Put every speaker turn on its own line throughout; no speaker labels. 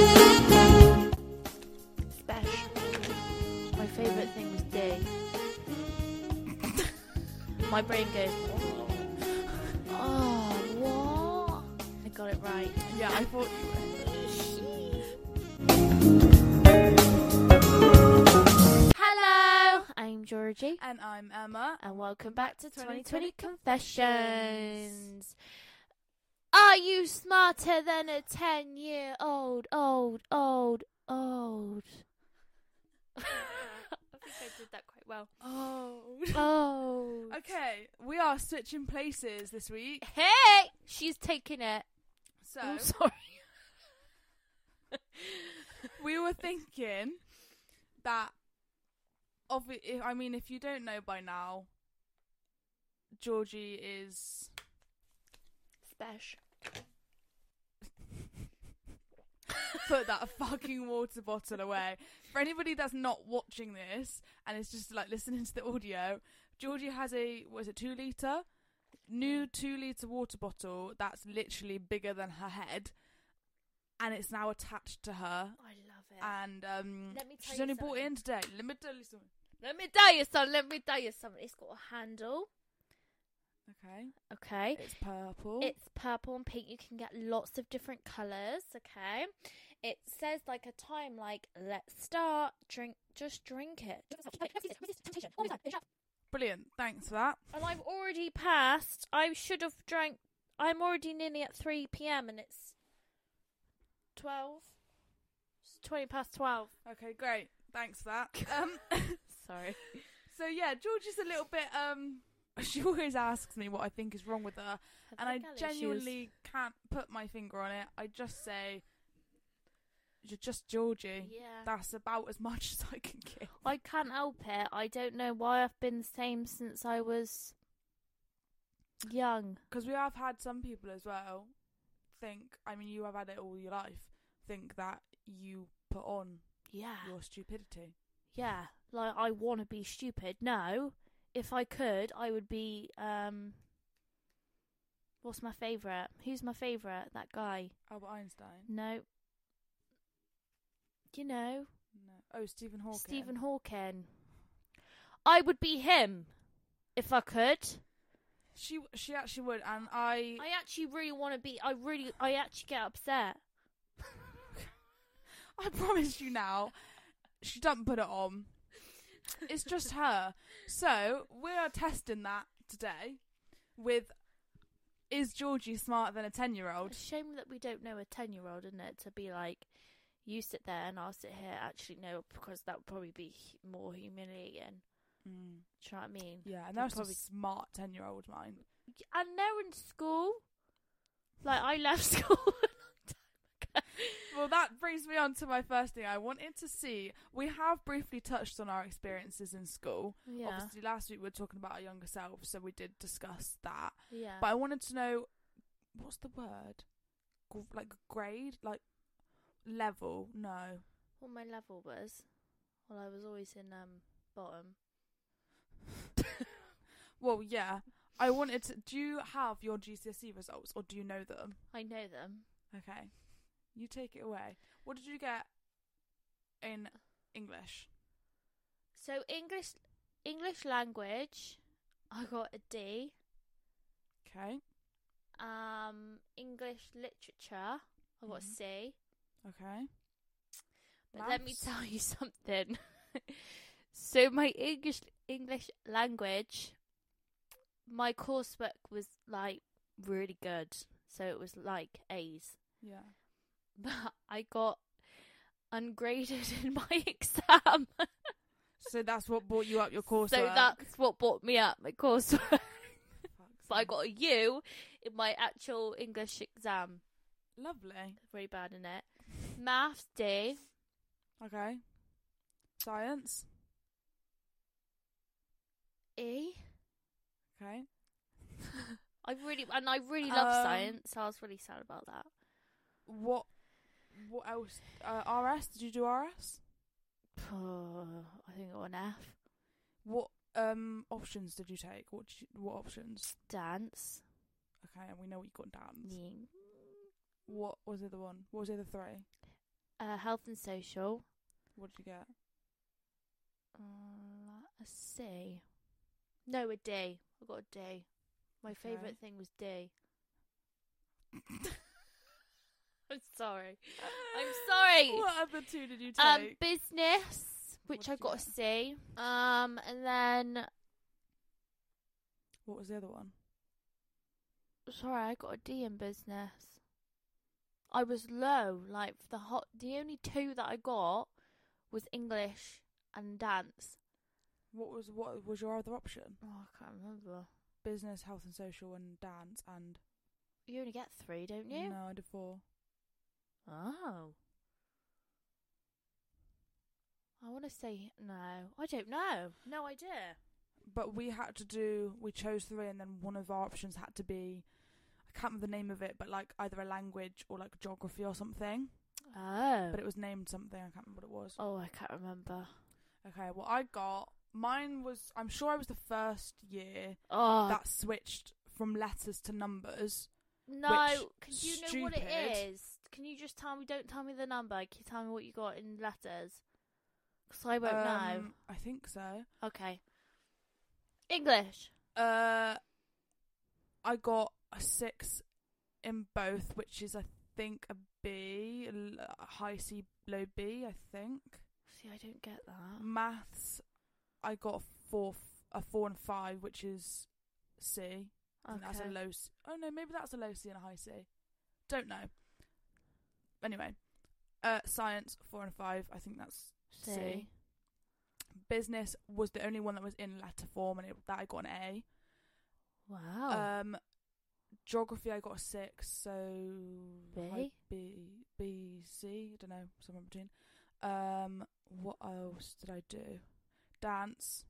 my brain goes, oh, what? I got it right.
Yeah, I thought you were.
Hello, I'm Georgie,
And I'm Emma.
and welcome back to 2020
2020
Confessions. Are you smarter than a 10 year old, old, old, old? I think I did that quite well.
Oh.
Oh.
okay, we are switching places this week.
Hey! She's taking it.
So
I'm sorry.
we were thinking that. Obvi- I mean, if you don't know by now, Georgie is.
Special.
put that fucking water bottle away. For anybody that's not watching this and is just like listening to the audio, Georgie has a was it two liter new two liter water bottle that's literally bigger than her head, and it's now attached to her.
I love it.
And um,
Let me tell
she's
you
only bought it
something.
in today. Let me tell you something.
let me tell you something. Let me tell you something. It's got a handle.
Okay,
Okay.
it's purple.
It's purple and pink. You can get lots of different colours, okay? It says like a time like let's start, drink just drink it.
Brilliant. Thanks for that.
And I've already passed. I should have drank I'm already nearly at three PM and it's twelve. It's twenty past twelve.
Okay, great. Thanks for that. Um,
Sorry.
so yeah, Georgie's a little bit. Um, she always asks me what I think is wrong with her. and I genuinely can't put my finger on it. I just say, "You're just Georgie."
Yeah.
That's about as much as I can give.
I can't help it. I don't know why I've been the same since I was young.
Because we have had some people as well think. I mean, you have had it all your life. Think that you put on
Yeah.
your stupidity.
yeah, like I want to be stupid. No, if I could, I would be. um What's my favorite? Who's my favorite? That guy?
Albert Einstein.
No. You know,
No. Oh, Stephen Hawking.
Stephen Hawking. I would be him if I could.
She she actually would, and I.
I actually really want to be. I really, I actually get upset.
I promise you now, she doesn't put it on. It's just her. So we are testing that today with is Georgie smarter than a ten year old?
It's a shame that we don't know a 10 year old, isn't it? To be like, you sit there and I'll sit here. Actually, no, because that would probably be hu- more humiliating. Do you know what I mean?
Yeah, and there are some
Mm. Probably-
smart ten year old mine.
And they're in school. Like, I left school a long time ago.
Well, that brings me on to my first thing. I wanted to see. We have briefly touched on our experiences in school.
Yeah.
Obviously, last week we were talking about our younger selves, so we did discuss that.
yeah.
But I wanted to know what's the word? Gr- like grade, like level? No.
what my level was. Well, I was always in um bottom.
Well, yeah. I wanted to. Do you have your GCSE E results, or do you know them?
I know them.
Okay, you take it away. What did you get in English?
So, English English language, I got a D.
Okay,
Um, English literature, I got a
Mhm.
C.
okay.
But let me
Maths?
tell you something. so my English English language, my coursework was like really good. So it was like A's,
Yeah.
but I got ungraded in my exam.
So that's what brought you up your coursework.
so that's what brought me up my coursework.
Fuck's
but I
sake.
got a U in my actual English exam.
lovely.
Really bad in it. Maths D.
Okay, science.
E.
Okay,
I really and I really love
Um,
science. I was really sad about that.
what? What else? Uh, RS? Did you do RS?
I think I got an F.
What um options did you take? What did you, what options?
Dance.
Okay, and we know what you got down. What was the other one? What was the other three?
Uh, health and social.
What did you get?
Uh, a C. No, a D. I got a D. My
Okay.
favourite thing was D. I'm sorry. I'm sorry.
What other two did you take?
Um, business, which
What
I
did you
got a C. Um, and then
what was the other one?
sorry, I got a D in business. I was low. Like the hot, the only two that I got was English and dance.
What was what was your other option?
Oh, I can't remember.
Business, health and social, and dance, and
You only get three, don't you?
no, I did four.
Oh. I want to say no. I don't know. No idea.
But we had to do. We chose three, and then one of our options had to be. I can't remember the name of it, but like either a language or like geography or something.
Oh.
But it was named something. I can't remember what it was.
oh, I can't remember.
Okay, well I got mine was. I'm sure I was the first year
Oh
that switched from letters to numbers.
no! Can you know what it
stupid-
is? Can you just tell me? Don't tell me the number. Can you tell me what you got in letters? Because I won't
Um, I think so.
know. Okay. English.
Uh, I got a six in both, which is I think a B, a l- a high C, low B. I think
See, I don't get that.
maths. I got a four, f- a four and five, which is C. I think
Okay.
that's a low. C- oh no, maybe that's a low C and a high C. Don't know. Anyway, uh, science four and five. I think that's
C.
C. business was the only one that was in letter form, and it, that I got an A.
Wow.
Um, geography, I got a six, so I-
B?
B, B, C. I don't know, somewhere in between. Um, what else did I do? Dance,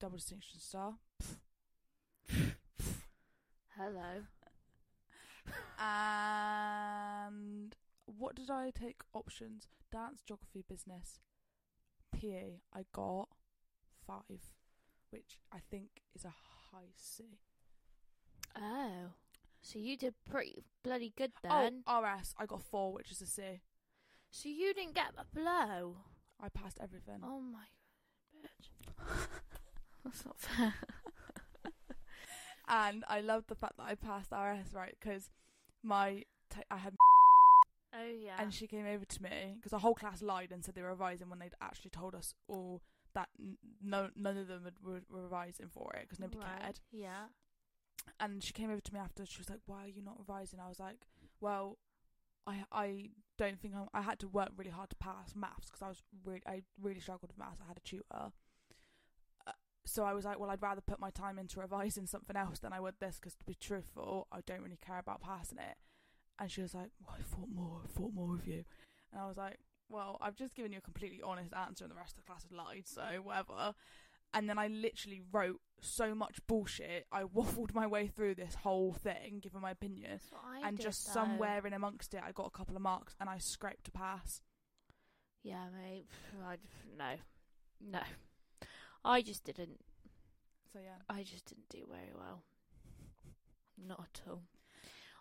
double distinction star,
Hello.
and what did I take? Options: dance, geography, business, PA. I got five, which I think is a high C.
Oh. So you did pretty bloody good then.
oh, RS. I got four, which is a C.
So you didn't get a blow.
I passed everything.
Oh my bitch. That's not fair.
and I loved the fact that I passed RS right because my t- I had
Oh yeah.
and she came over to me because our whole class lied and said they were revising when they'd actually told us all that n- no none of them had- were, were revising for it because nobody
Right.
cared.
Yeah.
And she came over to me after she was like, "Why are you not revising?" I was like, "Well." I, I don't think I'm, I had to work really hard to pass maths because I was really I really struggled with maths. I had a tutor, uh, so I was like, well, I'd rather put my time into revising something else than I would this because to be truthful, I don't really care about passing it. And she was like, well, I thought more, I thought more of you, and I was like, well, I've just given you a completely honest answer, and the rest of the class had lied, so whatever. And then I literally wrote so much bullshit. I waffled my way through this whole thing, giving my opinion
That's what I
and
did,
just
though.
somewhere in amongst it, I got a couple of marks and I scraped a pass.
Yeah, mate. Pff, I d- no, no. I just didn't.
So yeah,
I just didn't do very well. Not at all.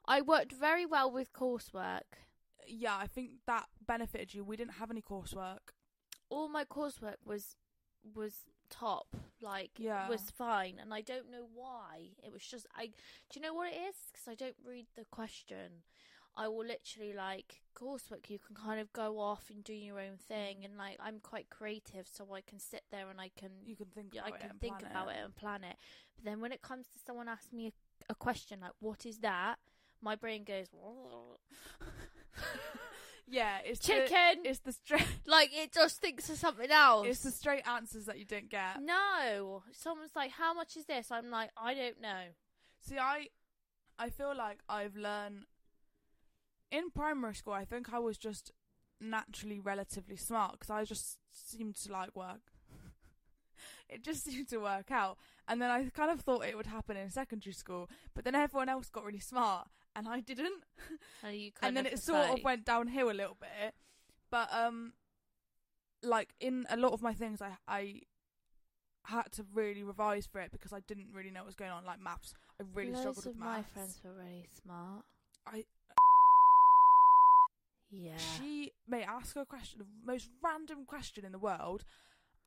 I worked very well with coursework.
yeah, I think that benefited you. We didn't have any coursework.
All my coursework was was top. Like
Yeah.
was fine, and I don't know why. It was just I. Do you know what it is? Because I don't read the question. I will literally like coursework. You can kind of go off and do your own thing, and like I'm quite creative, so I can sit there and I can
You can think.
yeah,
about
I
it
can
and
think
plan
about it and plan it. But then when it comes to someone asking me a, a question like, "What is that?" my brain goes
yeah, it's
chicken.
The, it's the straight.
like it just thinks of something else.
It's the straight answers that you didn't get.
no, someone's like, "How much is this?" I'm like, "I don't know."
See, I, I feel like I've learned. In primary school, I think I was just naturally relatively smart because I just seemed to like work. it just seemed to work out, and then I kind of thought it would happen in secondary school, but then everyone else got really smart and I didn't,
And you
and
kind
then
of
it sort of
like-
went downhill a little bit. But um, like in a lot of my things, I I had to really revise for it because I didn't really know what was going on, like maths. I really
Loads
struggled
of
with
my
maths.
friends were really smart.
I
Yeah.
she may ask her a question, the most random question in the world,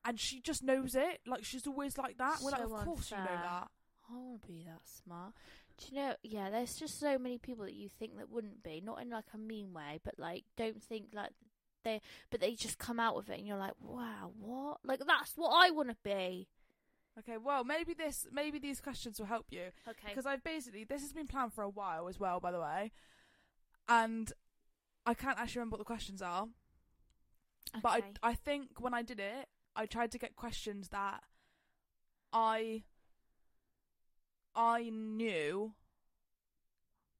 and she just knows it. Like she's always like that. We're like,
So
of course you know
unfair.
that.
I want to be that smart. Do you know? Yeah, there's just so many people that you think that wouldn't be, not in like a mean way, but like don't think like they, but they just come out with it, and you're like, wow, what? Like that's what I want to be.
Okay, well maybe this, maybe these questions will help you
Okay.
because I've basically this has been planned for a while as well, by the way, and I can't actually remember what the questions are. But
Okay.
I, I think when I did it, I tried to get questions that I I knew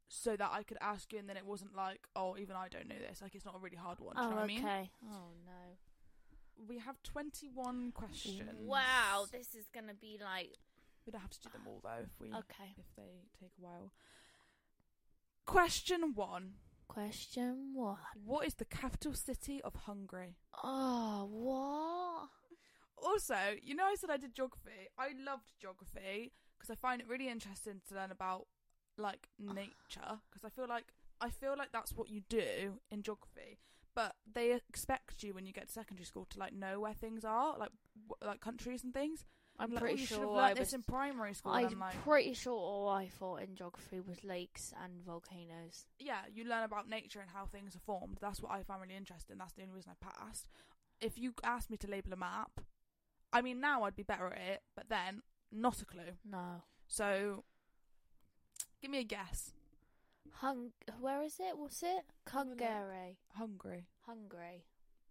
so that I could ask you and then it wasn't like, oh, even I don't know this. Like it's not a really hard one. Do you know
oh,
what I mean?
okay. Oh no.
We have twenty one questions.
Wow, this is gonna be like
We don't have to do them all though if we
okay.
if they take a while. Question one.
Question one.
What is the capital city of Hungary?
Oh, what?
Also, you know, I said I did geography. I loved geography because I find it really interesting to learn about like nature because I feel like I feel like that's what you do in geography. But they expect you when you get to secondary school to like know where things are, like w- like countries and things.
I'm
like, oh,
pretty
you should have
sure I
learned this
was.
in primary school. and
I'm
I'm like,
pretty sure all I thought in geography was lakes and volcanoes.
yeah, you learn about nature and how things are formed. That's what I found really interesting. That's the only reason I passed. If you asked me to label a map, I mean, now I'd be better at it, but then not a clue.
No.
So, give me a guess.
Hung. Where is it? What's it?
Have a look.
Hungary.
Hungry.
Hungary.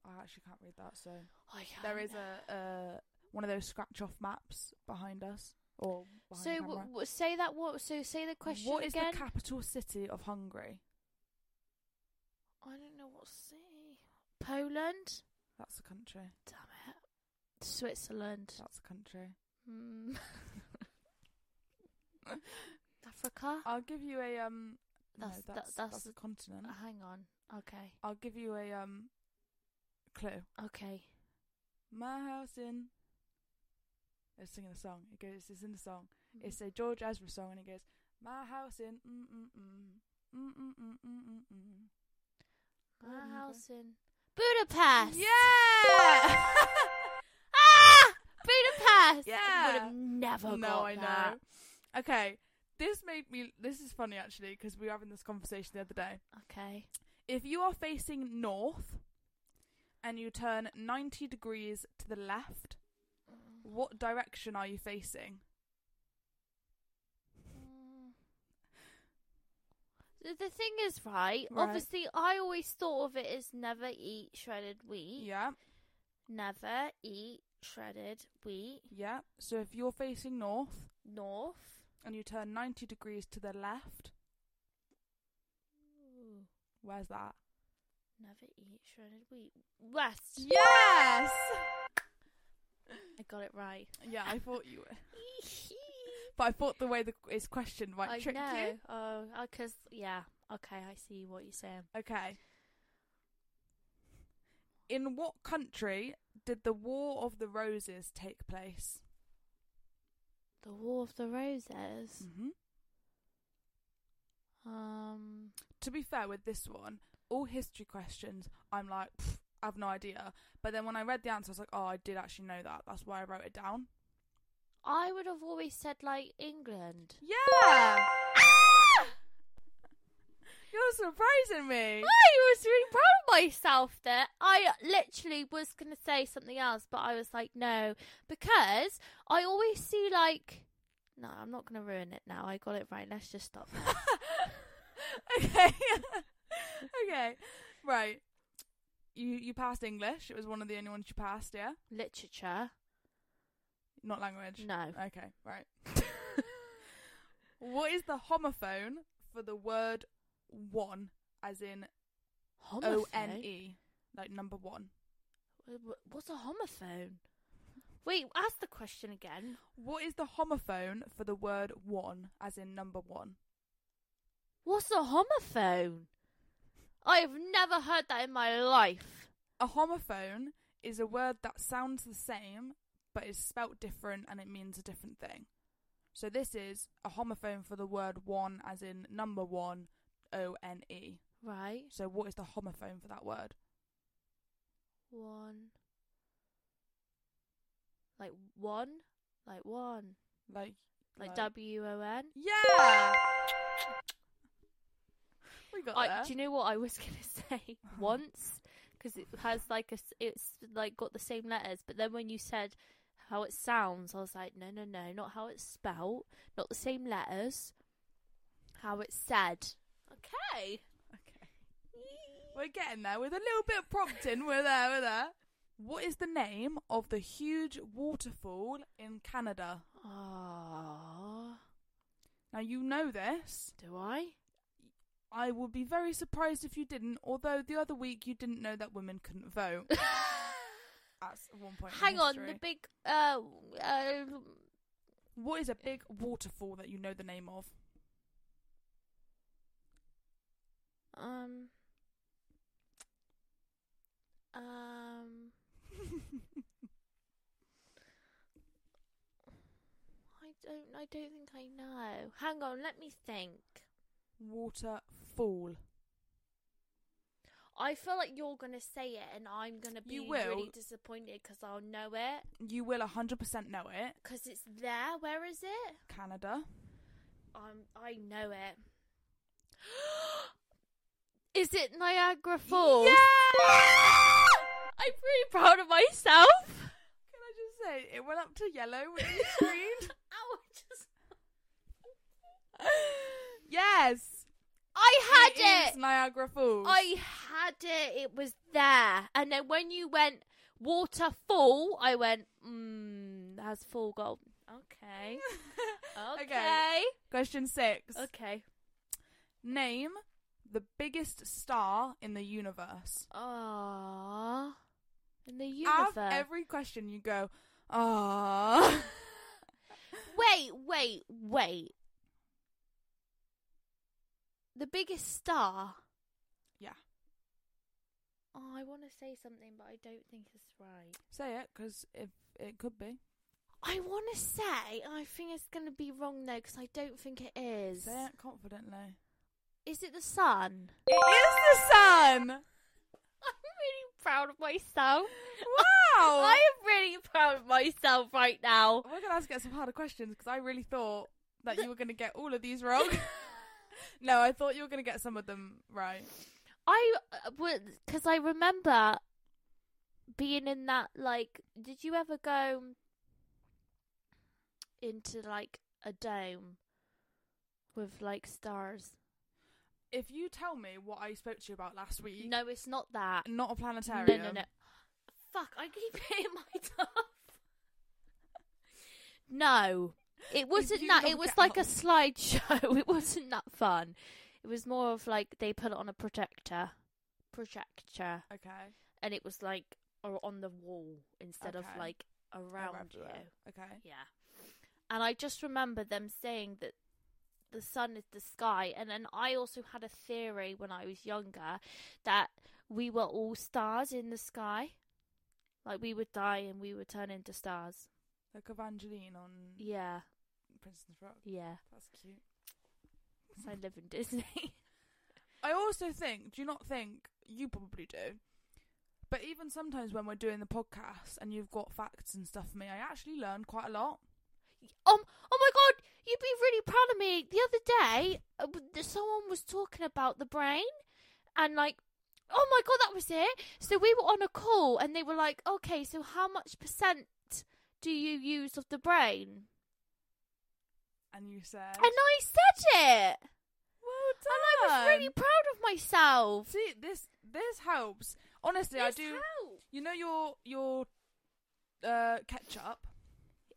I actually can't read that. So
I can't.
there is a, a one of those scratch-off maps behind us, or behind
So
the
w-
camera.
w- say that. What? So say the question
what is
again.
the capital city of Hungary?
I don't know what city. Poland.
That's a country.
Damn it. Switzerland.
That's a country.
Mm. Africa.
I'll give you a um.
That's-
no,
that-
that's,
that's-
that's a continent.
Uh, Hang on. Okay.
I'll give you a um clue.
Okay.
My house in. I was singing a song. It goes. It's in the song.
Hmm. Mm-hmm.
It's a George Ezra song, and it goes. My house in. Mm mm mm mm mm mm mm mm.
My
Gordon,
house in Budapest.
Yeah.
Ah, Budapest.
Yeah.
Would have never
no,
got
I
that.
know. Okay, this made me. This is funny actually because we were having this conversation the other day.
Okay.
If you are facing north, and you turn ninety degrees to the left, what direction are you facing?
Mm. The the thing is, right,
Right.
Obviously, I always thought of it as never eat shredded wheat.
Yeah,
Never eat shredded wheat.
yeah. So if you're facing north
North.
and you turn ninety degrees to the left, where's that?
Never eat shredded wheat. West.
Yes.
I got it right.
Yeah, I thought you were. But I thought the way the it's questioned might
I
trick
know.
you.
Oh, because yeah. Okay, I see what you're saying.
Okay. In what country did the War of the Roses take place?
The War of the Roses.
Mm-hmm. Hmm.
Um.
To be fair with this one, all history questions, I'm like, "Pff, I have no idea. But then when I read the answer, I was like, oh, I did actually know that. That's why I wrote it down.
I would have always said like England.
Yeah! You're surprising me.
I was really proud of myself there. I literally was going to say something else, but I was like, no, because I always see like. No, I'm not going to ruin it now. I got it right. Let's just stop. there.
okay. okay. Right. You you passed English. It was one of the only ones you passed, yeah?
Literature.
Not language.
No.
Okay, right. what is the homophone for the word one as in O N
Homophone.
E? Like number one.
Wh- What's a homophone? Wait, ask the question again.
What is the homophone for the word one as in number one?
What's a homophone? I have never heard that in my life.
A homophone is a word that sounds the same but is spelt different and it means a different thing. So this is a homophone for the word one as in number one O N E.
Right.
So what is the homophone for that word?
One. Like one, like one,
Like,
like
Like-
W O N.
yeah. We got
I,
there.
do you know what I was gonna say once? Because it has like a, s- it's like got the same letters, but then when you said how it sounds, I was like, no, no, no, not how it's spelt, not the same letters, how it's said. Okay.
okay. We're getting there with a little bit of prompting. we're there. We're there. What is the name of the huge waterfall in Canada?
Ah,
Now you know this.
do I?
I would be very surprised if you didn't. Although the other week you didn't know that women couldn't vote. At one point. in
Hang on,
history.
the big uh, uh
What is a big waterfall that you know the name of?
um um. I don't. I don't think I know. Hang on, let me think.
Waterfall.
I feel like you're gonna say it, and I'm gonna be
You will.
really disappointed because I'll know it.
You will 100% know it.
Because it's there. Where is it?
Canada.
Um, I know it. is it Niagara Falls?
Yeah!
I'm pretty proud of myself.
Can I just say, it went up to yellow when you screamed.
Ow, I just.
yes!
I had
It is Niagara Falls.
I had it. It was there. And then when you went waterfall, I went, mmm, has full gold. Okay. Okay.
Question six.
Okay.
Name the biggest star in the universe.
Ah. In the
Out
universe.
of every question, you go, ah.
wait, wait, wait. The biggest star.
Yeah.
Oh, I want to say something, but I don't think it's right.
Say it, because it, it could be.
I want to say, I think it's going to be wrong though, because I don't think it is.
Say it confidently.
Is it the sun?
It is the sun!
I'm really proud of myself.
Wow!
I am really proud of myself right now.
We're gonna have to get some harder questions because I really thought that you were gonna get all of these wrong. no, I thought you were gonna get some of them right.
I uh, would, because I remember being in that, like, did you ever go into, like, a dome with, like, stars?
If you tell me what I spoke to you about last week,
No, it's not that.
not a planetarium.
No, no, no. Fuck, I keep hitting my tongue. No, it wasn't
you
that. It
knock
was
it
like a
out?
slideshow. It wasn't that fun. It was more of like they put it on a projector, projector,
Okay.
and it was like or on the wall instead of
Okay.
like around,
Around
you.
there. Okay.
Yeah. And I just remember them saying that the sun is the sky. And then I also had a theory when I was younger that we were all stars in the sky. Like we would die and we would turn into stars.
Like Evangeline on
Yeah,
Princess Rock.
yeah.
That's cute.
So I live in Disney.
I also think, do you not think, you probably do, but even sometimes when we're doing the podcast and you've got facts and stuff for me, I actually learn quite a lot.
um, oh my god, you'd be really proud of me. The other day, uh, w- someone was talking about the brain and like, oh my god, that was it. So we were on a call and they were like, okay, so how much percent do you use of the brain?
And you say,
And I said it. I
well
was really proud of myself.
See, this this helps. Honestly, I
This
do.
helped.
You know your your uh, ketchup.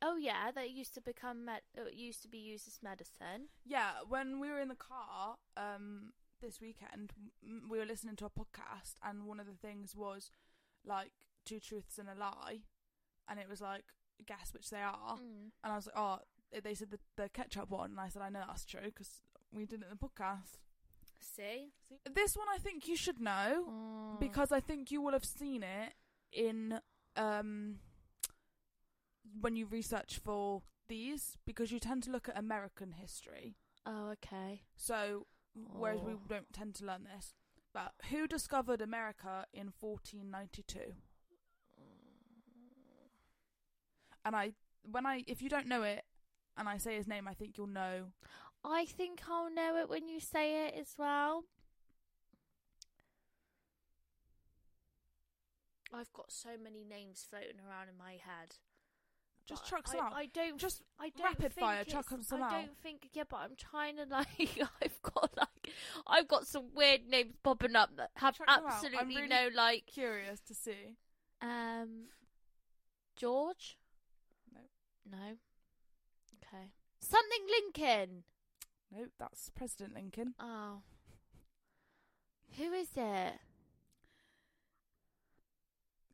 Oh yeah, that used to become med- uh, it used to be used as medicine.
Yeah, when we were in the car um, this weekend, m- we were listening to a podcast, and one of the things was like two truths and a lie, and it was like guess which they are,
Mm.
and I was like, oh, they said the, the ketchup one, and I said I know that's true because we did it in the podcast.
See,
This one I think you should know.
Oh. Mm.
because I think you will have seen it in um when you research for these because you tend to look at American history.
oh okay.
So whereas we
Oh.
don't tend to learn this. But who discovered America in 1492? and I when I if you don't know it and I say his name, I think you'll know.
I think I'll know it when you say it as well. I've got so many names floating around in my head.
Just
but
chuck some
I,
out.
I don't.
Just
I don't
rapid
think
fire, chuck
it's-
'em some
I
out.
don't think. Yeah, but I'm trying to like. I've got like. I've got some weird names popping up that have
Chuck 'em out. I'm
absolutely
really-
no like.
curious to see.
Um, George.
No.
No. Okay. Something Lincoln.
No, that's President Lincoln.
Oh. Who is it?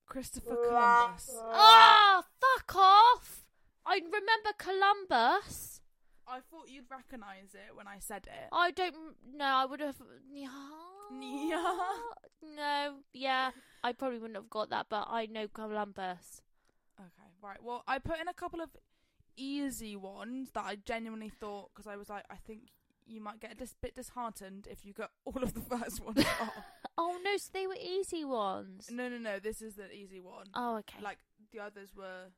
Christopher Columbus.
Oh, fuck off! I remember Columbus.
I thought you'd recognise it when I said it.
I don't. No, I would have. Yeah.
Yeah.
No, yeah. I probably wouldn't have got that, but I know Columbus.
Okay, right. Well, I put in a couple of easy ones that I genuinely thought because I was like, I think you might get a dis- bit disheartened if you got all of the first ones off.
Oh no, so they were easy ones.
No, no, no. This is the easy one.
Oh, okay.
Like the others were,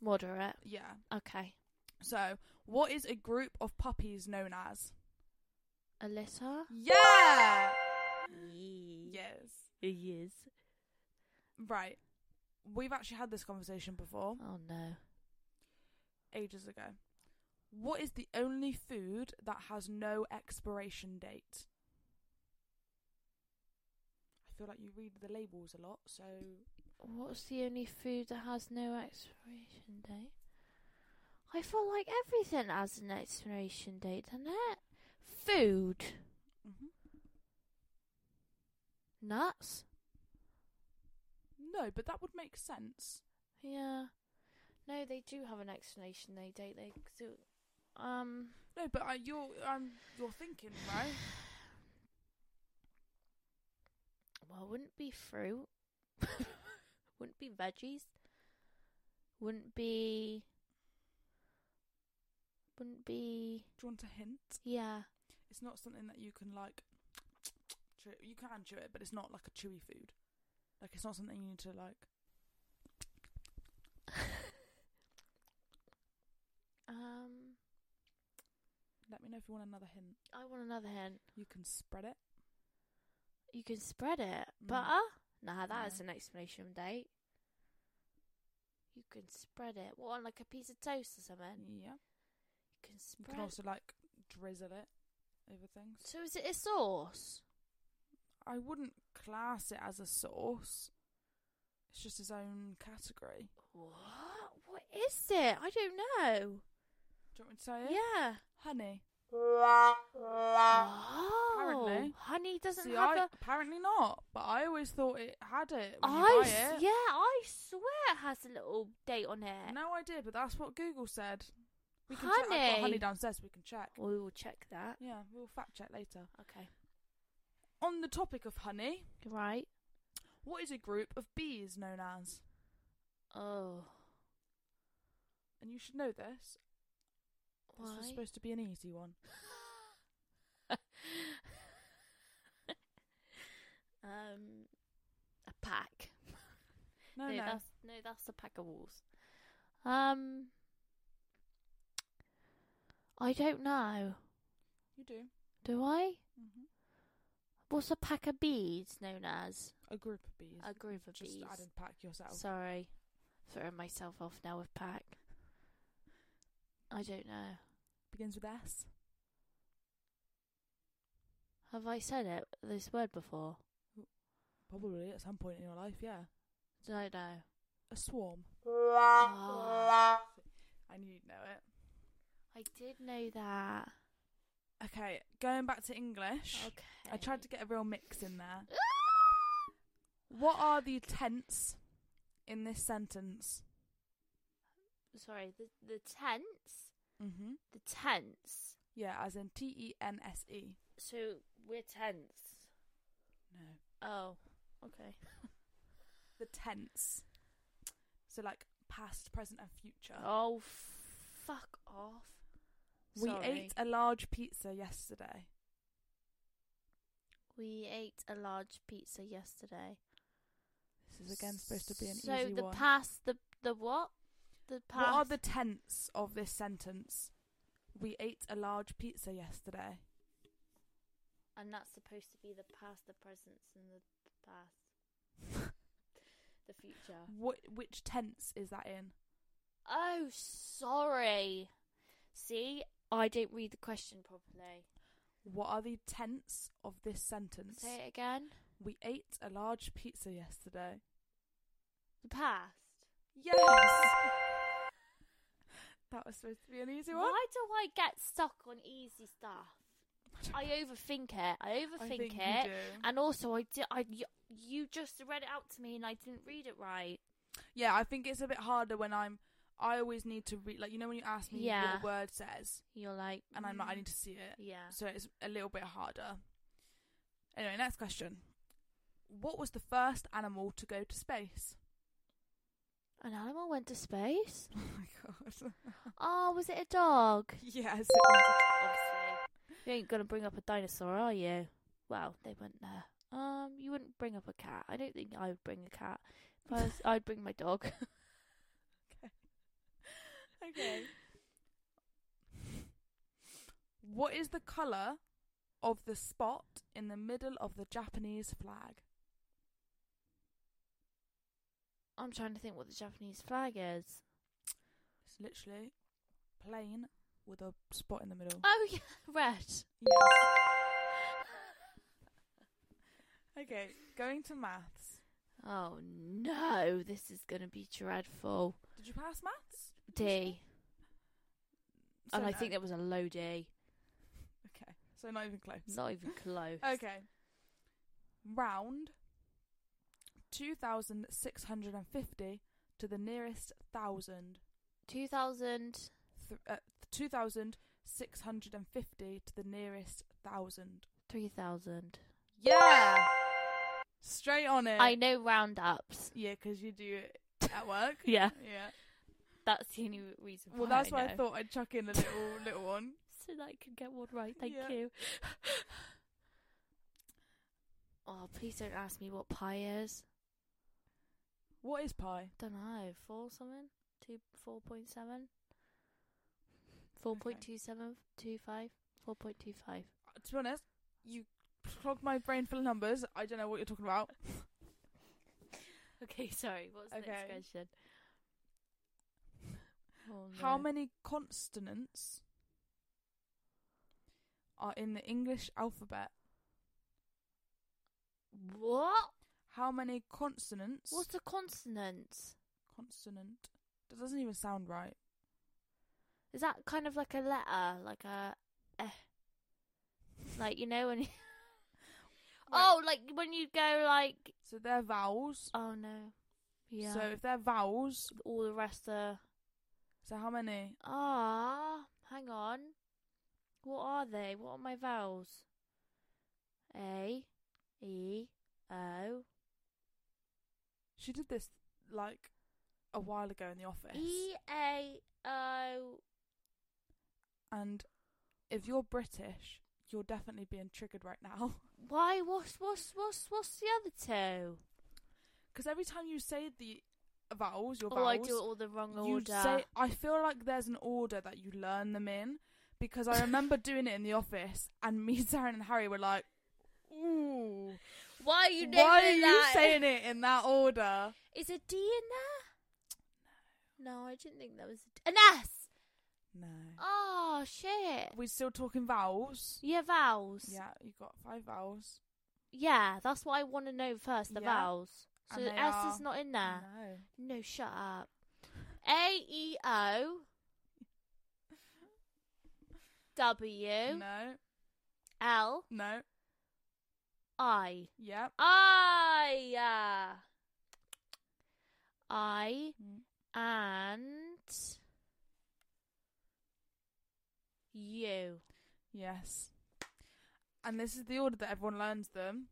Moderate.
yeah.
Okay.
So, what is a group of puppies known as?
Alyssa. Yeah.
Yeah. Yes.
Yes.
Right. We've actually had this conversation before
Oh no.
ages ago. What is the only food that has no expiration date? I feel like you read the labels a lot, so
What's the only food that has no expiration date? I feel like everything has an expiration date, doesn't it? Food.
mm-hmm.
Nuts?
no, but that would make sense.
Yeah. No, they do have an expiration date, don't they? 'Cause it- um.
No, but I, you're um, you're thinking right.
Well, wouldn't be fruit. wouldn't be veggies. Wouldn't be. Wouldn't be.
Do you want a hint?
Yeah.
It's not something that you can like. Chew. You can chew it, but it's not like a chewy food. Like it's not something you need to like.
um.
Let me know if you want another hint.
I want another hint.
You can spread it.
You can spread it.
Mm.
Butter? Nah, that is
No.
an explanation date. You can spread it. What on like a piece of toast or something?
Yeah.
You can
Mm. You
spread.
can also like drizzle it over things.
so is it a sauce?
I wouldn't class it as a sauce. It's just its own category.
What? What is it? I don't know.
Do you want me to say it?
Yeah.
Honey.
Oh,
Apparently.
honey doesn't
See,
have
I-
a.
apparently not, but I always thought it had it. When
I
you buy
s-
it.
yeah, I swear it has a little date on it.
No idea, but that's what Google said. We can check. I've got
Honey.
honey downstairs. We can check.
We will check that.
Yeah, we'll fact check later.
Okay.
On the topic of honey,
Right.
what is a group of bees known as?
Oh.
And you should know this. This
Why?
was supposed to be an easy one.
um, a pack.
No,
no,
no.
that's no, that's a pack of wolves. Um, I don't know.
You do.
Do I?
hmm
What's a pack of bees known as?
A group of bees.
A group of
Just
bees.
added pack yourself.
Sorry, throwing myself off now with pack. I don't know.
Begins with S.
Have I said it this word before?
Probably at some point in your life, yeah.
Don't know.
A swarm.
Ah,
I knew you'd know it.
I did know that.
Okay, going back to English.
Okay.
I tried to get a real mix in there. What are the tense in this sentence?
Sorry, the the tense,
Mm-hmm.
the tense.
Yeah, as in T E N S E.
So we're tense.
No.
Oh, okay.
The tense. So, like past, present, and future.
Oh, fuck off.
we
Sorry.
ate a large pizza yesterday.
We ate a large pizza yesterday.
This is again supposed to be an
so
easy
the
one.
past, the the what? the
What
past.
are the tense of this sentence? We ate a large pizza yesterday.
and that's supposed to be the past, the presents, and the past, the future.
What which tense is that in?
Oh, sorry. See, I didn't read the question properly.
What are the tense of this sentence?
Say it again.
We ate a large pizza yesterday.
The past.
Yes. that was supposed to be an easy one.
Why do I get stuck on easy stuff? I overthink it. I overthink
I think you
it.
do.
And also, I did. I you, you just read it out to me, and I didn't read it right.
Yeah, I think it's a bit harder when I'm. I always need to read, like you know, when you ask me
Yeah.
what a word says,
You're like,
and I'm like, I
"Mm,
need to see it,
Yeah.
so it's a little bit harder. Anyway, next question: What was the first animal to go to space?
An animal went to space.
Oh my god!
Oh, was it a dog?
yes, it was.
Obviously, you ain't gonna bring up a dinosaur, are you? Well, they went there. Um, you wouldn't bring up a cat. I don't think I would bring a cat. If I was, I'd bring my dog.
okay. What is the color of the spot in the middle of the Japanese flag?
I'm trying to think what the Japanese flag is.
It's literally plain with a spot in the middle.
Oh yeah, red.
Okay, going to maths.
Oh no, this is gonna be dreadful.
Did you pass maths?
D, Oh, and
So
I think
no.
that was a low D.
okay, so not even close.
Not even close.
Okay, round two thousand six hundred and fifty to the nearest thousand.
Two thousand.
Th- uh, two thousand six hundred and fifty to the nearest thousand.
Three thousand.
Yeah, straight on it.
I know roundups.
Yeah, because you do it at work.
Yeah,
yeah.
that's the only reason.
Well,
why
that's
I
why I
know.
thought I'd chuck in a little little one.
so that I could get one right. Thank
Yeah.
you. oh, please don't ask me what pi is.
What is pi?
Don't know. Four something. Two four point seven. Four point two seven two five. Four point two five.
Uh, To be honest, you clogged my brain full of numbers. I don't know what you're talking about.
Oh, Okay, sorry. What's the
Okay.
next question? Oh,
How
no.
many consonants are in the English alphabet?
What?
How many consonants?
What's a consonant?
consonant? That doesn't even sound right.
Is that kind of like a letter, like a, eh. like you know when? You... oh, like when you go like
So they're vowels.
oh no, yeah.
So if they're vowels,
all the rest are
so how many?
ah. Hang on, what are they? What are my vowels? A, E, O,
She did this like a while ago in the office.
E, A, O.
And if you're British, you're definitely being triggered right now.
Why? What's what's what's what's the other two?
Because every time you say the vowels, your
Oh,
vowels,
I do it all the wrong
you
order.
say. I feel like there's an order that you learn them in. Because I remember doing it in the office, and me, Sarah, and Harry were like, "Ooh,
Why are you naming
why are
it
you
that?
saying it in that order?"
Is a D in there? No, I didn't think that was a D. an S.
No,
Oh shit!
we're still talking vowels.
Yeah, vowels.
Yeah, you got five vowels.
Yeah, that's what I want to know first. The
Yeah.
vowels. So
And
the
they
S
are-
is not in there.
No.
No, shut up. A E O W
No,
L
no,
I
yep.
I uh, I
Mm.
and you.
Yes. And this is the order that everyone learns them.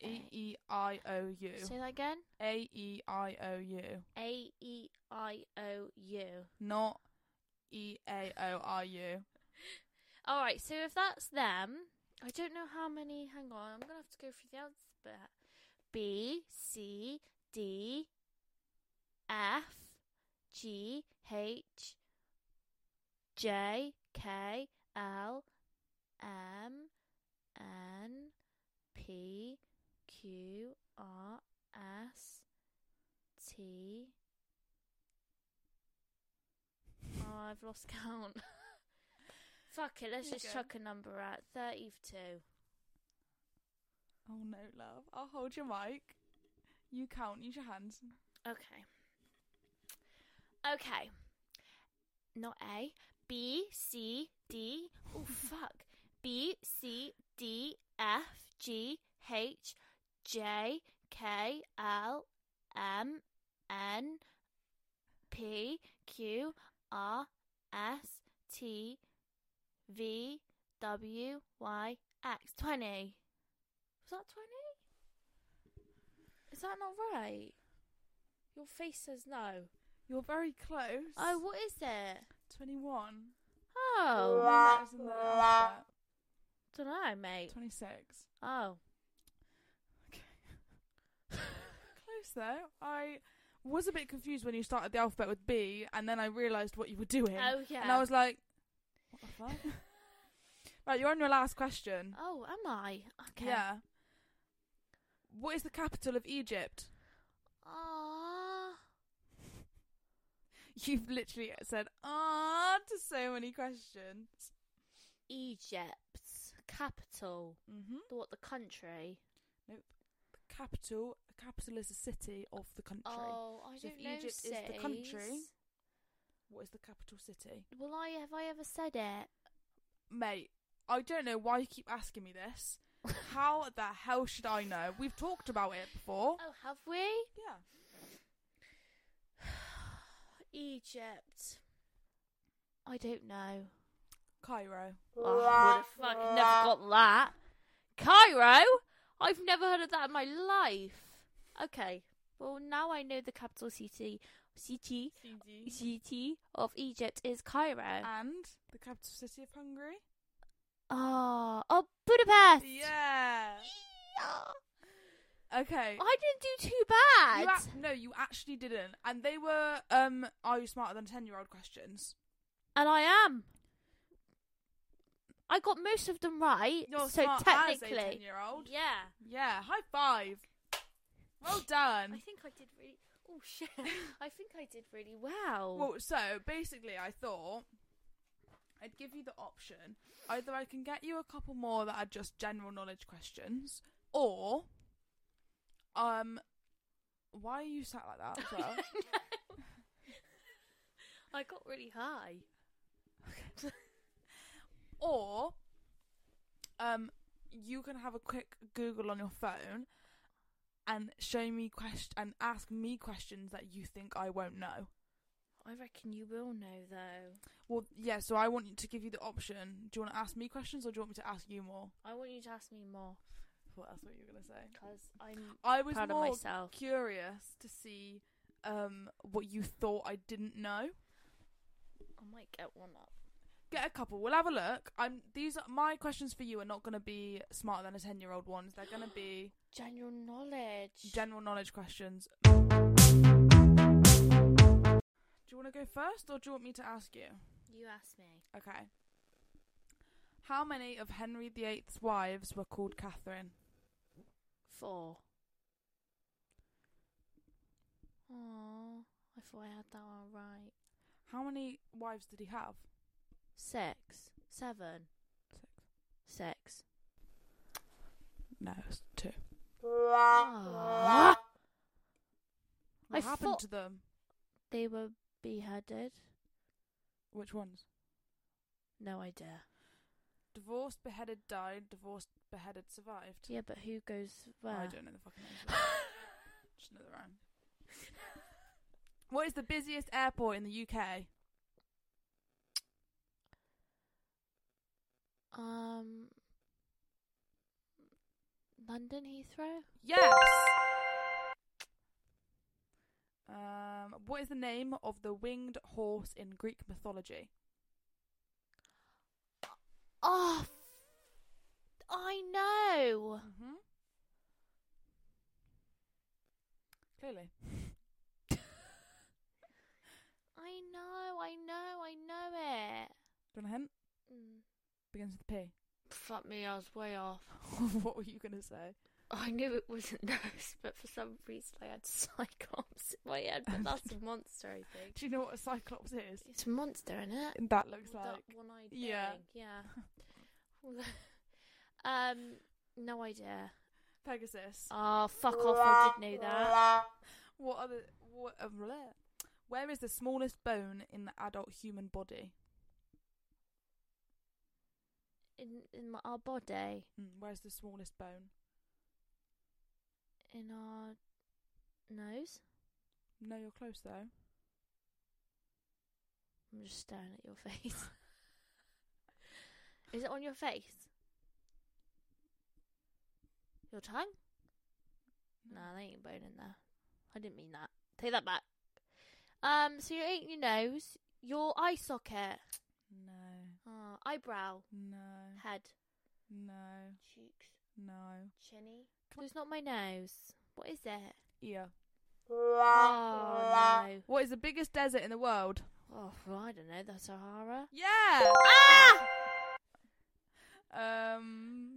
E E I O U.
Say that again.
A E I O U.
A E I O U.
Not E A O I U.
All right. So if that's them, I don't know how many. Hang on, I'm gonna have to go through the alphabet. B C D F
G H J K L M N P Q R S T. Oh, I've lost count. Fuck it, let's
You
just
go.
chuck a number out. 32.
Oh no, love. I'll hold your mic. You count. Use your hands.
Okay. Okay. Not A. B, C, D. Oh, fuck. B, C, D, F, G, H, J, K, L, M, N, P, Q, R, S, T, V, W, Y, X. 20. Was that 20? Is that not right? Your face says no.
You're very close.
Oh, what is it?
21.
Oh,
That was in the alphabet.
don't know, mate.
26.
Oh,
Close though. I was a bit confused when you started the alphabet with B, and then I realised what you were doing.
oh yeah.
And I was like, what the fuck? right, you're on your last question.
oh, am I? Okay.
Yeah. What is the capital of Egypt?
Ah,
You've literally said ah to so many questions.
Egypt's capital.
Mm-hmm.
The- What the country?
The capital, a capital is a city of the country.
Oh, I
So if
don't know.
Egypt is the country-
cities.
What is the capital city?
Well, I have I ever said it?
Mate, I don't know why you keep asking me this. How the hell should I know? We've talked about it before.
Oh, have we?
Yeah.
Egypt. I don't know.
Cairo.
Ah,
Oh, would have fucking never got that. Cairo? I've never heard of that in my life. Okay. Well, now I know the capital city, city, city of Egypt is Cairo.
And the capital city of Hungary.
Ah, oh, Budapest.
Yeah.
Yeah.
Okay.
I didn't do too bad.
You ac- no, you actually didn't. And they were um are you smarter than ten year old questions.
and I am. I got most of them right.
You're
so
smart
technically,
as a ten year old.
yeah.
Yeah, high five. Well
I
done.
think I did really. Oh shit! I think I did really well.
Well so basically I thought I'd give you the option. Either I can get you a couple more that are just general knowledge questions, or um why are you sat like that as well?
I got really high.
or um you can have a quick google on your phone and show me quest and ask me questions that you think I won't know.
I reckon you will know though.
Well, yeah, so I want you to give you the option. Do you want to ask me questions or do you want me to ask you more?
I want you to ask me more
Well, that's what you were going to say.
because I'm
I was
proud of
more
myself.
curious to see um what you thought I didn't know.
I might get one up.
Get a couple. We'll have a look. I'm these are my questions for you are not going to be smarter than a 10-year-old ones. They're going to be
General knowledge.
general knowledge questions. Do you want to go first or do you want me to ask you?
you ask me.
Okay. How many of Henry VIII's wives were called Catherine?
Four. Oh, I thought I had that one right.
How many wives did he have?
Six, seven, six.
No, it's two.
Ah.
What
I
happened
thought-
to them?
They were beheaded.
Which ones?
No idea.
Divorced, beheaded, died. Divorced, beheaded, survived.
Yeah, but who goes where?
I don't know the fucking names. of them. Just know the rhyme. What is the busiest airport in the UK?
Um, London Heathrow.
Yes. Um, what is the name of the winged horse in Greek mythology?
Oh, f- I know.
Mm-hmm. Clearly.
know, I know, I know it.
Do you want a hint?
Mm.
Begins with P.
Fuck me, I was way off.
what were you gonna say?
I knew it wasn't those, but for some reason I had Cyclops in my head, but that's a monster, I think.
Do you know what a cyclops is?
It's a monster, isn't it?
That looks
With
like.
that one-eyed
yeah.
thing, yeah. um, no idea.
Pegasus.
Oh, fuck off, I did know that.
What are the what? Uh, bleh. Where is the smallest bone in the adult human body?
In, in our body,
Mm, where's the smallest bone?
in our nose.
No, you're close though.
I'm just staring at your face. Is it on your face? Your tongue? Nah, there ain't a bone in there. I didn't mean that. Take that back. Um, so you ain't your nose, your eye socket,
No.
uh, eyebrow,
No.
head,
No.
cheeks,
No.
chinny. So it's not my nose. What is it?
Yeah.
Oh no.
What is the biggest desert in the world?
Oh, well, I don't know. The Sahara.
Yeah.
Ah!
Um.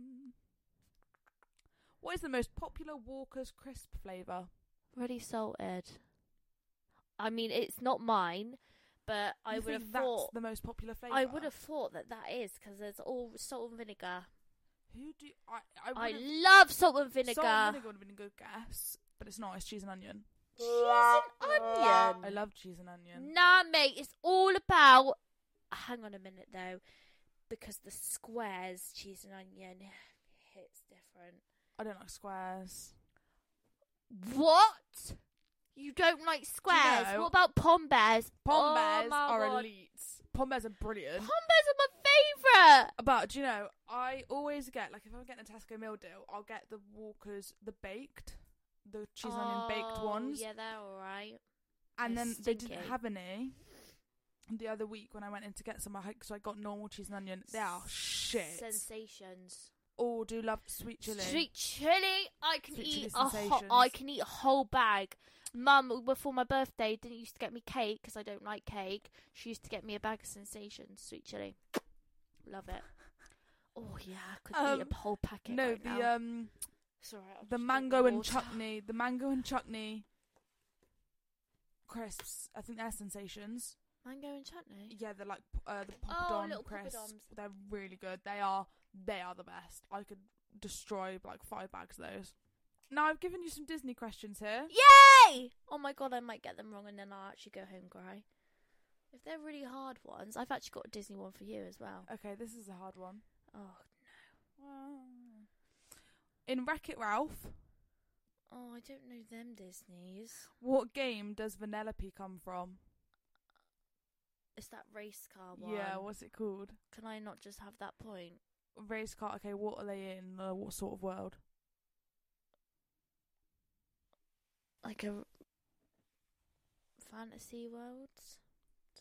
What is the most popular Walker's crisp flavour?
Really salted. I mean, it's not mine, but I
You
would have
think that's
thought.
the most popular flavour.
I would have thought that that is because there's all salt and vinegar.
Who do I? I,
I
would've-
love salt and vinegar.
Salt and vinegar would have been a good guess, but it's not. It's cheese and onion.
Cheese and
I
onion.
love cheese and onion.
Nah, mate, it's all about. Hang on a minute though, because the squares cheese and onion hits different.
I don't like squares.
What? You don't like squares?
know-
What about pom bears?
Pom
Oh
bears
my
are
God.
elite. Pom bears are brilliant.
Pom bears are my favourite.
But do you know, I always get like if I'm getting a Tesco meal deal, I'll get the Walkers, the baked, the cheese and onion baked
Oh,
ones,
Yeah, they're all right.
and
they're
then they didn't
stinky.
have any. The other week when I went in to get some, I had- so I got normal cheese and onion. They are shit.
Sensations.
All Oh, do love sweet chili.
Sweet chili. I can
Sweet chili
eat a whole.
sensations.
I can eat a whole bag. Mum, before my birthday, didn't used to get me cake because I don't like cake. She used to get me a bag of sensations, sweet chili. Love it. Oh yeah, I could eat
Um,
a whole packet.
no,
right
the
now.
um
It's all right, I'll
the
just drink
mango and
water.
chutney, the mango and chutney crisps. I think they're sensations.
Mango and chutney.
Yeah, they're like p- uh, the
Oh,
poppadom
little
crisps.
poppadoms.
They're really good. They are they are the best. I could destroy like five bags of those. Now I've given you some Disney questions here.
Yay! Oh my god, I might get them wrong and then I'll actually go home cry. If they're really hard ones, I've actually got a Disney one for you as well.
Okay, this is a hard one.
Oh,
In Wreck It Ralph,
oh, I don't know them Disneys.
what game does Vanellope come from?
It's that race car one.
Yeah, what's it called?
Can I not just have that point?
Race car. Okay, what are they in? Uh, what sort of world?
Like a fantasy world?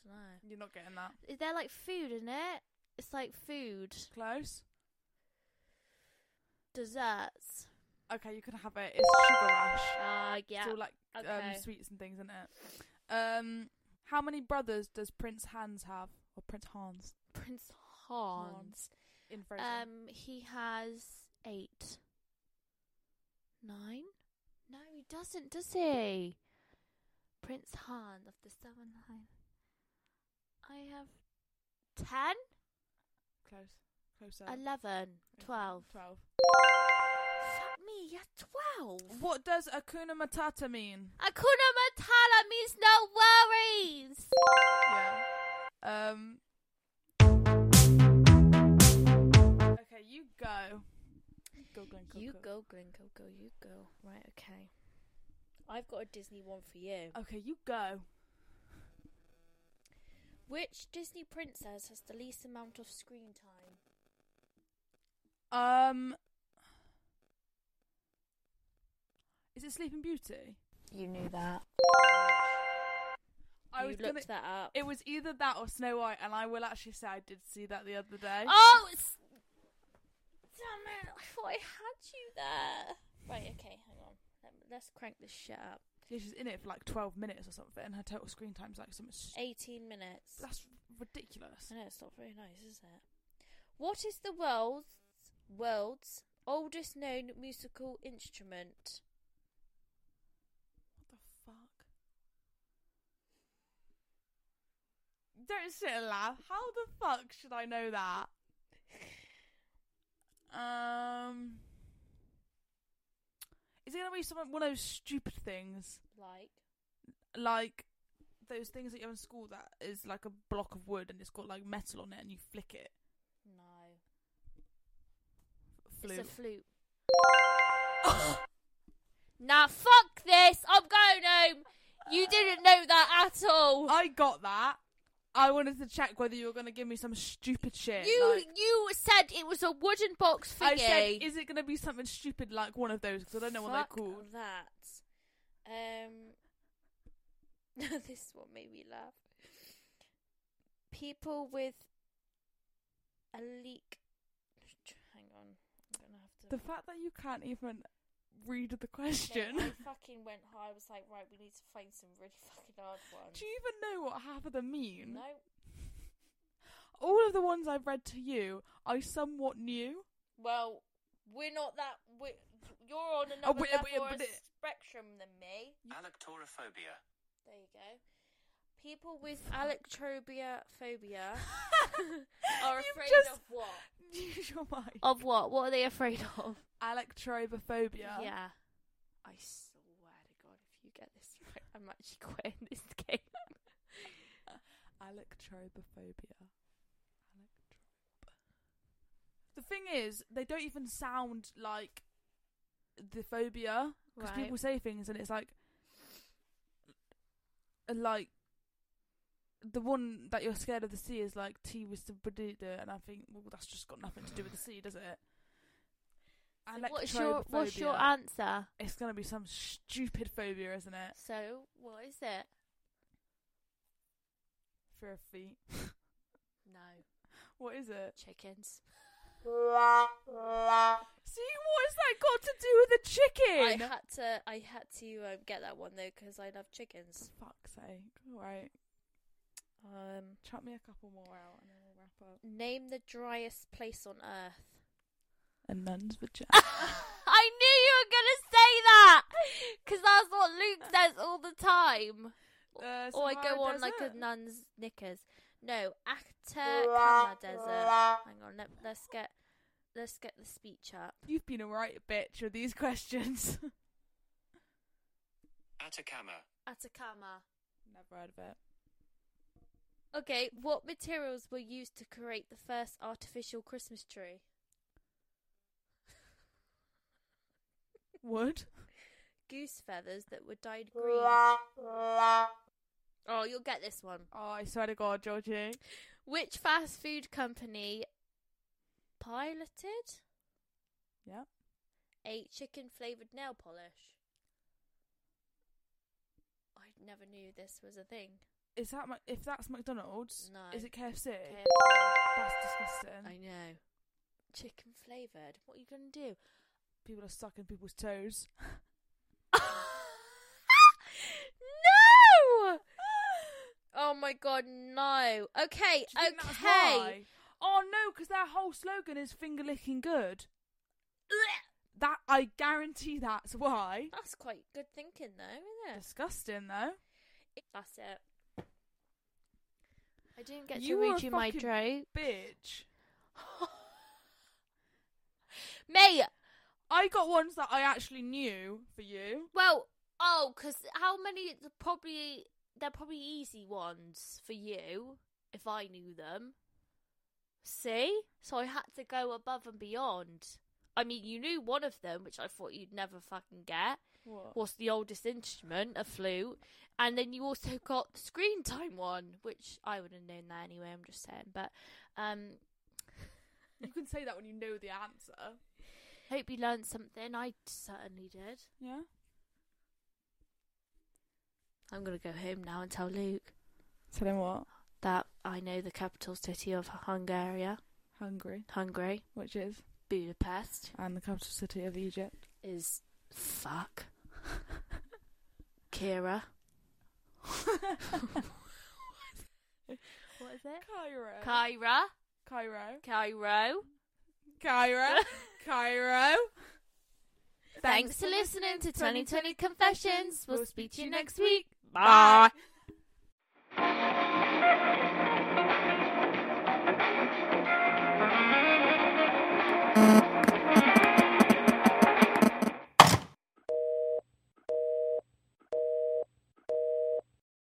Don't know.
You're not getting that.
They're like food, isn't it? It's like food,
Close.
desserts.
Okay, you can have it. It's Sugar Rush.
Ah, yeah.
It's all like
okay.
um, sweets and things, isn't it? Um, how many brothers does Prince Hans have? Or Prince Hans
Prince Hans.
in Frozen?
Um, he has eight, nine. No, he doesn't, does he? Prince Han of the Seven Nine. I have ten,
Close. Closer.
eleven, twelve.
Twelve.
Fuck me, you have twelve.
What does Akuna Matata mean?
Akuna Matala means no worries.
Yeah. Um. Okay, you go. You go, Glenn,
You go, Glencoe, go, you go. Right, okay. I've got a Disney one for you.
Okay, you go.
Which Disney princess has the least amount of screen time?
Um. Is it Sleeping Beauty?
You knew that.
I
you
was
looked
gonna.
that up.
It was either that or Snow White, and I will actually say I did see that the other day.
oh, it's... damn it! I thought I had you there. Right, okay, hang on. Let me, let's crank this shit up.
Yeah, she's in it for like 12 minutes or something, and her total screen time's like something. St-
18 minutes.
that's ridiculous.
I know it's not very nice, is it? What is the world's world's oldest known musical instrument?
What the fuck? Don't sit and laugh. How the fuck should I know that? Um. Is it gonna be some one of those stupid things
Like
like those things that you have in school that is like a block of wood and it's got like metal on it and you flick it?
no,
Flute.
it's a flute. Nah, fuck this. I'm going home. You didn't know that at all.
I got that. I wanted to check whether you were gonna give me some stupid shit.
you
like-
you said it was a wooden box thingy.
I said, is it going to be something stupid like one of those? Because I don't know what they're
Fuck
called.
That. Um. this one made me laugh. People with a leak. Hang on, I'm gonna have to.
The fact that you can't even read the
Mate,
question.
I fucking went high. I was like, right, we need to find some really fucking hard ones.
Do you even know what half of them mean?
No,
All of the ones I've read to you, I somewhat knew.
well, we're not that. we you're on another
but-
level
but-
of
but it-
spectrum than me.
Alectorophobia.
There you go. People with alectrobia phobia are
You've
afraid
just
of what?
Use your mind.
Of what? What are they afraid of?
Electrobophobia.
Yeah. I swear to God, if you get this right, I'm actually quitting this game.
Electrobophobia. Electrob- The thing is, they don't even sound like the phobia. because
Right.
people say things and it's like like the one that you're scared of the sea is like tea with the badida and I think well that's just got nothing to do with the sea does it
So what's your What's your
Electrophobia.
answer?
it's gonna be some stupid phobia isn't it
So what is it?
fear of feet
No
what is it
chickens.
see what has that got to do with a
I
chicken
had to. I had to um, get that one though because I love chickens.
fuck's sake alright
Um,
chuck me a couple more out and then we'll wrap up
name the driest place on earth.
a nun's vagina
I knew you were gonna say that because that's what Luke says all the time.
Uh,
or oh, I go
Sahara
on like a
Desert.
nun's knickers. No, Atacama Uh, Desert. Hang on, let, let's get let's get the speech up.
You've been a right bitch with these questions.
Atacama.
Atacama.
Never heard of it.
Okay, what materials were used to create the first artificial Christmas tree?
Wood?
Goose feathers that were dyed green. Oh, you'll get this one.
Oh, I swear to God, Georgie.
Which fast food company piloted
Yep.
a chicken flavoured nail polish? I never knew this was a thing.
Is that Mac- if that's McDonald's?
No.
Is it KFC?
KFC.
That's disgusting.
I know. Chicken flavoured. What are you going to do?
People are sucking people's toes.
no! Oh my god, no. Okay,
Do you think that's
okay.
why? Oh no, because their whole slogan is finger licking good. That I guarantee that's why.
That's quite good thinking, though, isn't it?
Disgusting though.
That's it. I didn't get
You
to
were
read
a
you my
fucking-
joke.
Bitch.
Mate,
I got ones that I actually knew for you.
well, oh, because how many? Probably they're probably easy ones for you if I knew them. See, so I had to go above and beyond. I mean, you knew one of them, which I thought you'd never fucking get.
What?
What's the oldest instrument? A flute. And then you also got the screen time one, which I would have known that anyway. I'm just saying, but um,
You can say that when you know the answer.
Hope you learned something. I certainly did.
Yeah.
I'm going to go home now and tell Luke
Tell him what?
that I know the capital city of Hungary,
Hungary,
Hungary,
which is
Budapest,
and the capital city of Egypt.
is fuck.
Kira. What is it?
Cairo.
Kyra.
Cairo.
Cairo.
Cairo. Cairo.
Thanks for listening to 2020 Confessions. We'll speak to you next week.
Bye.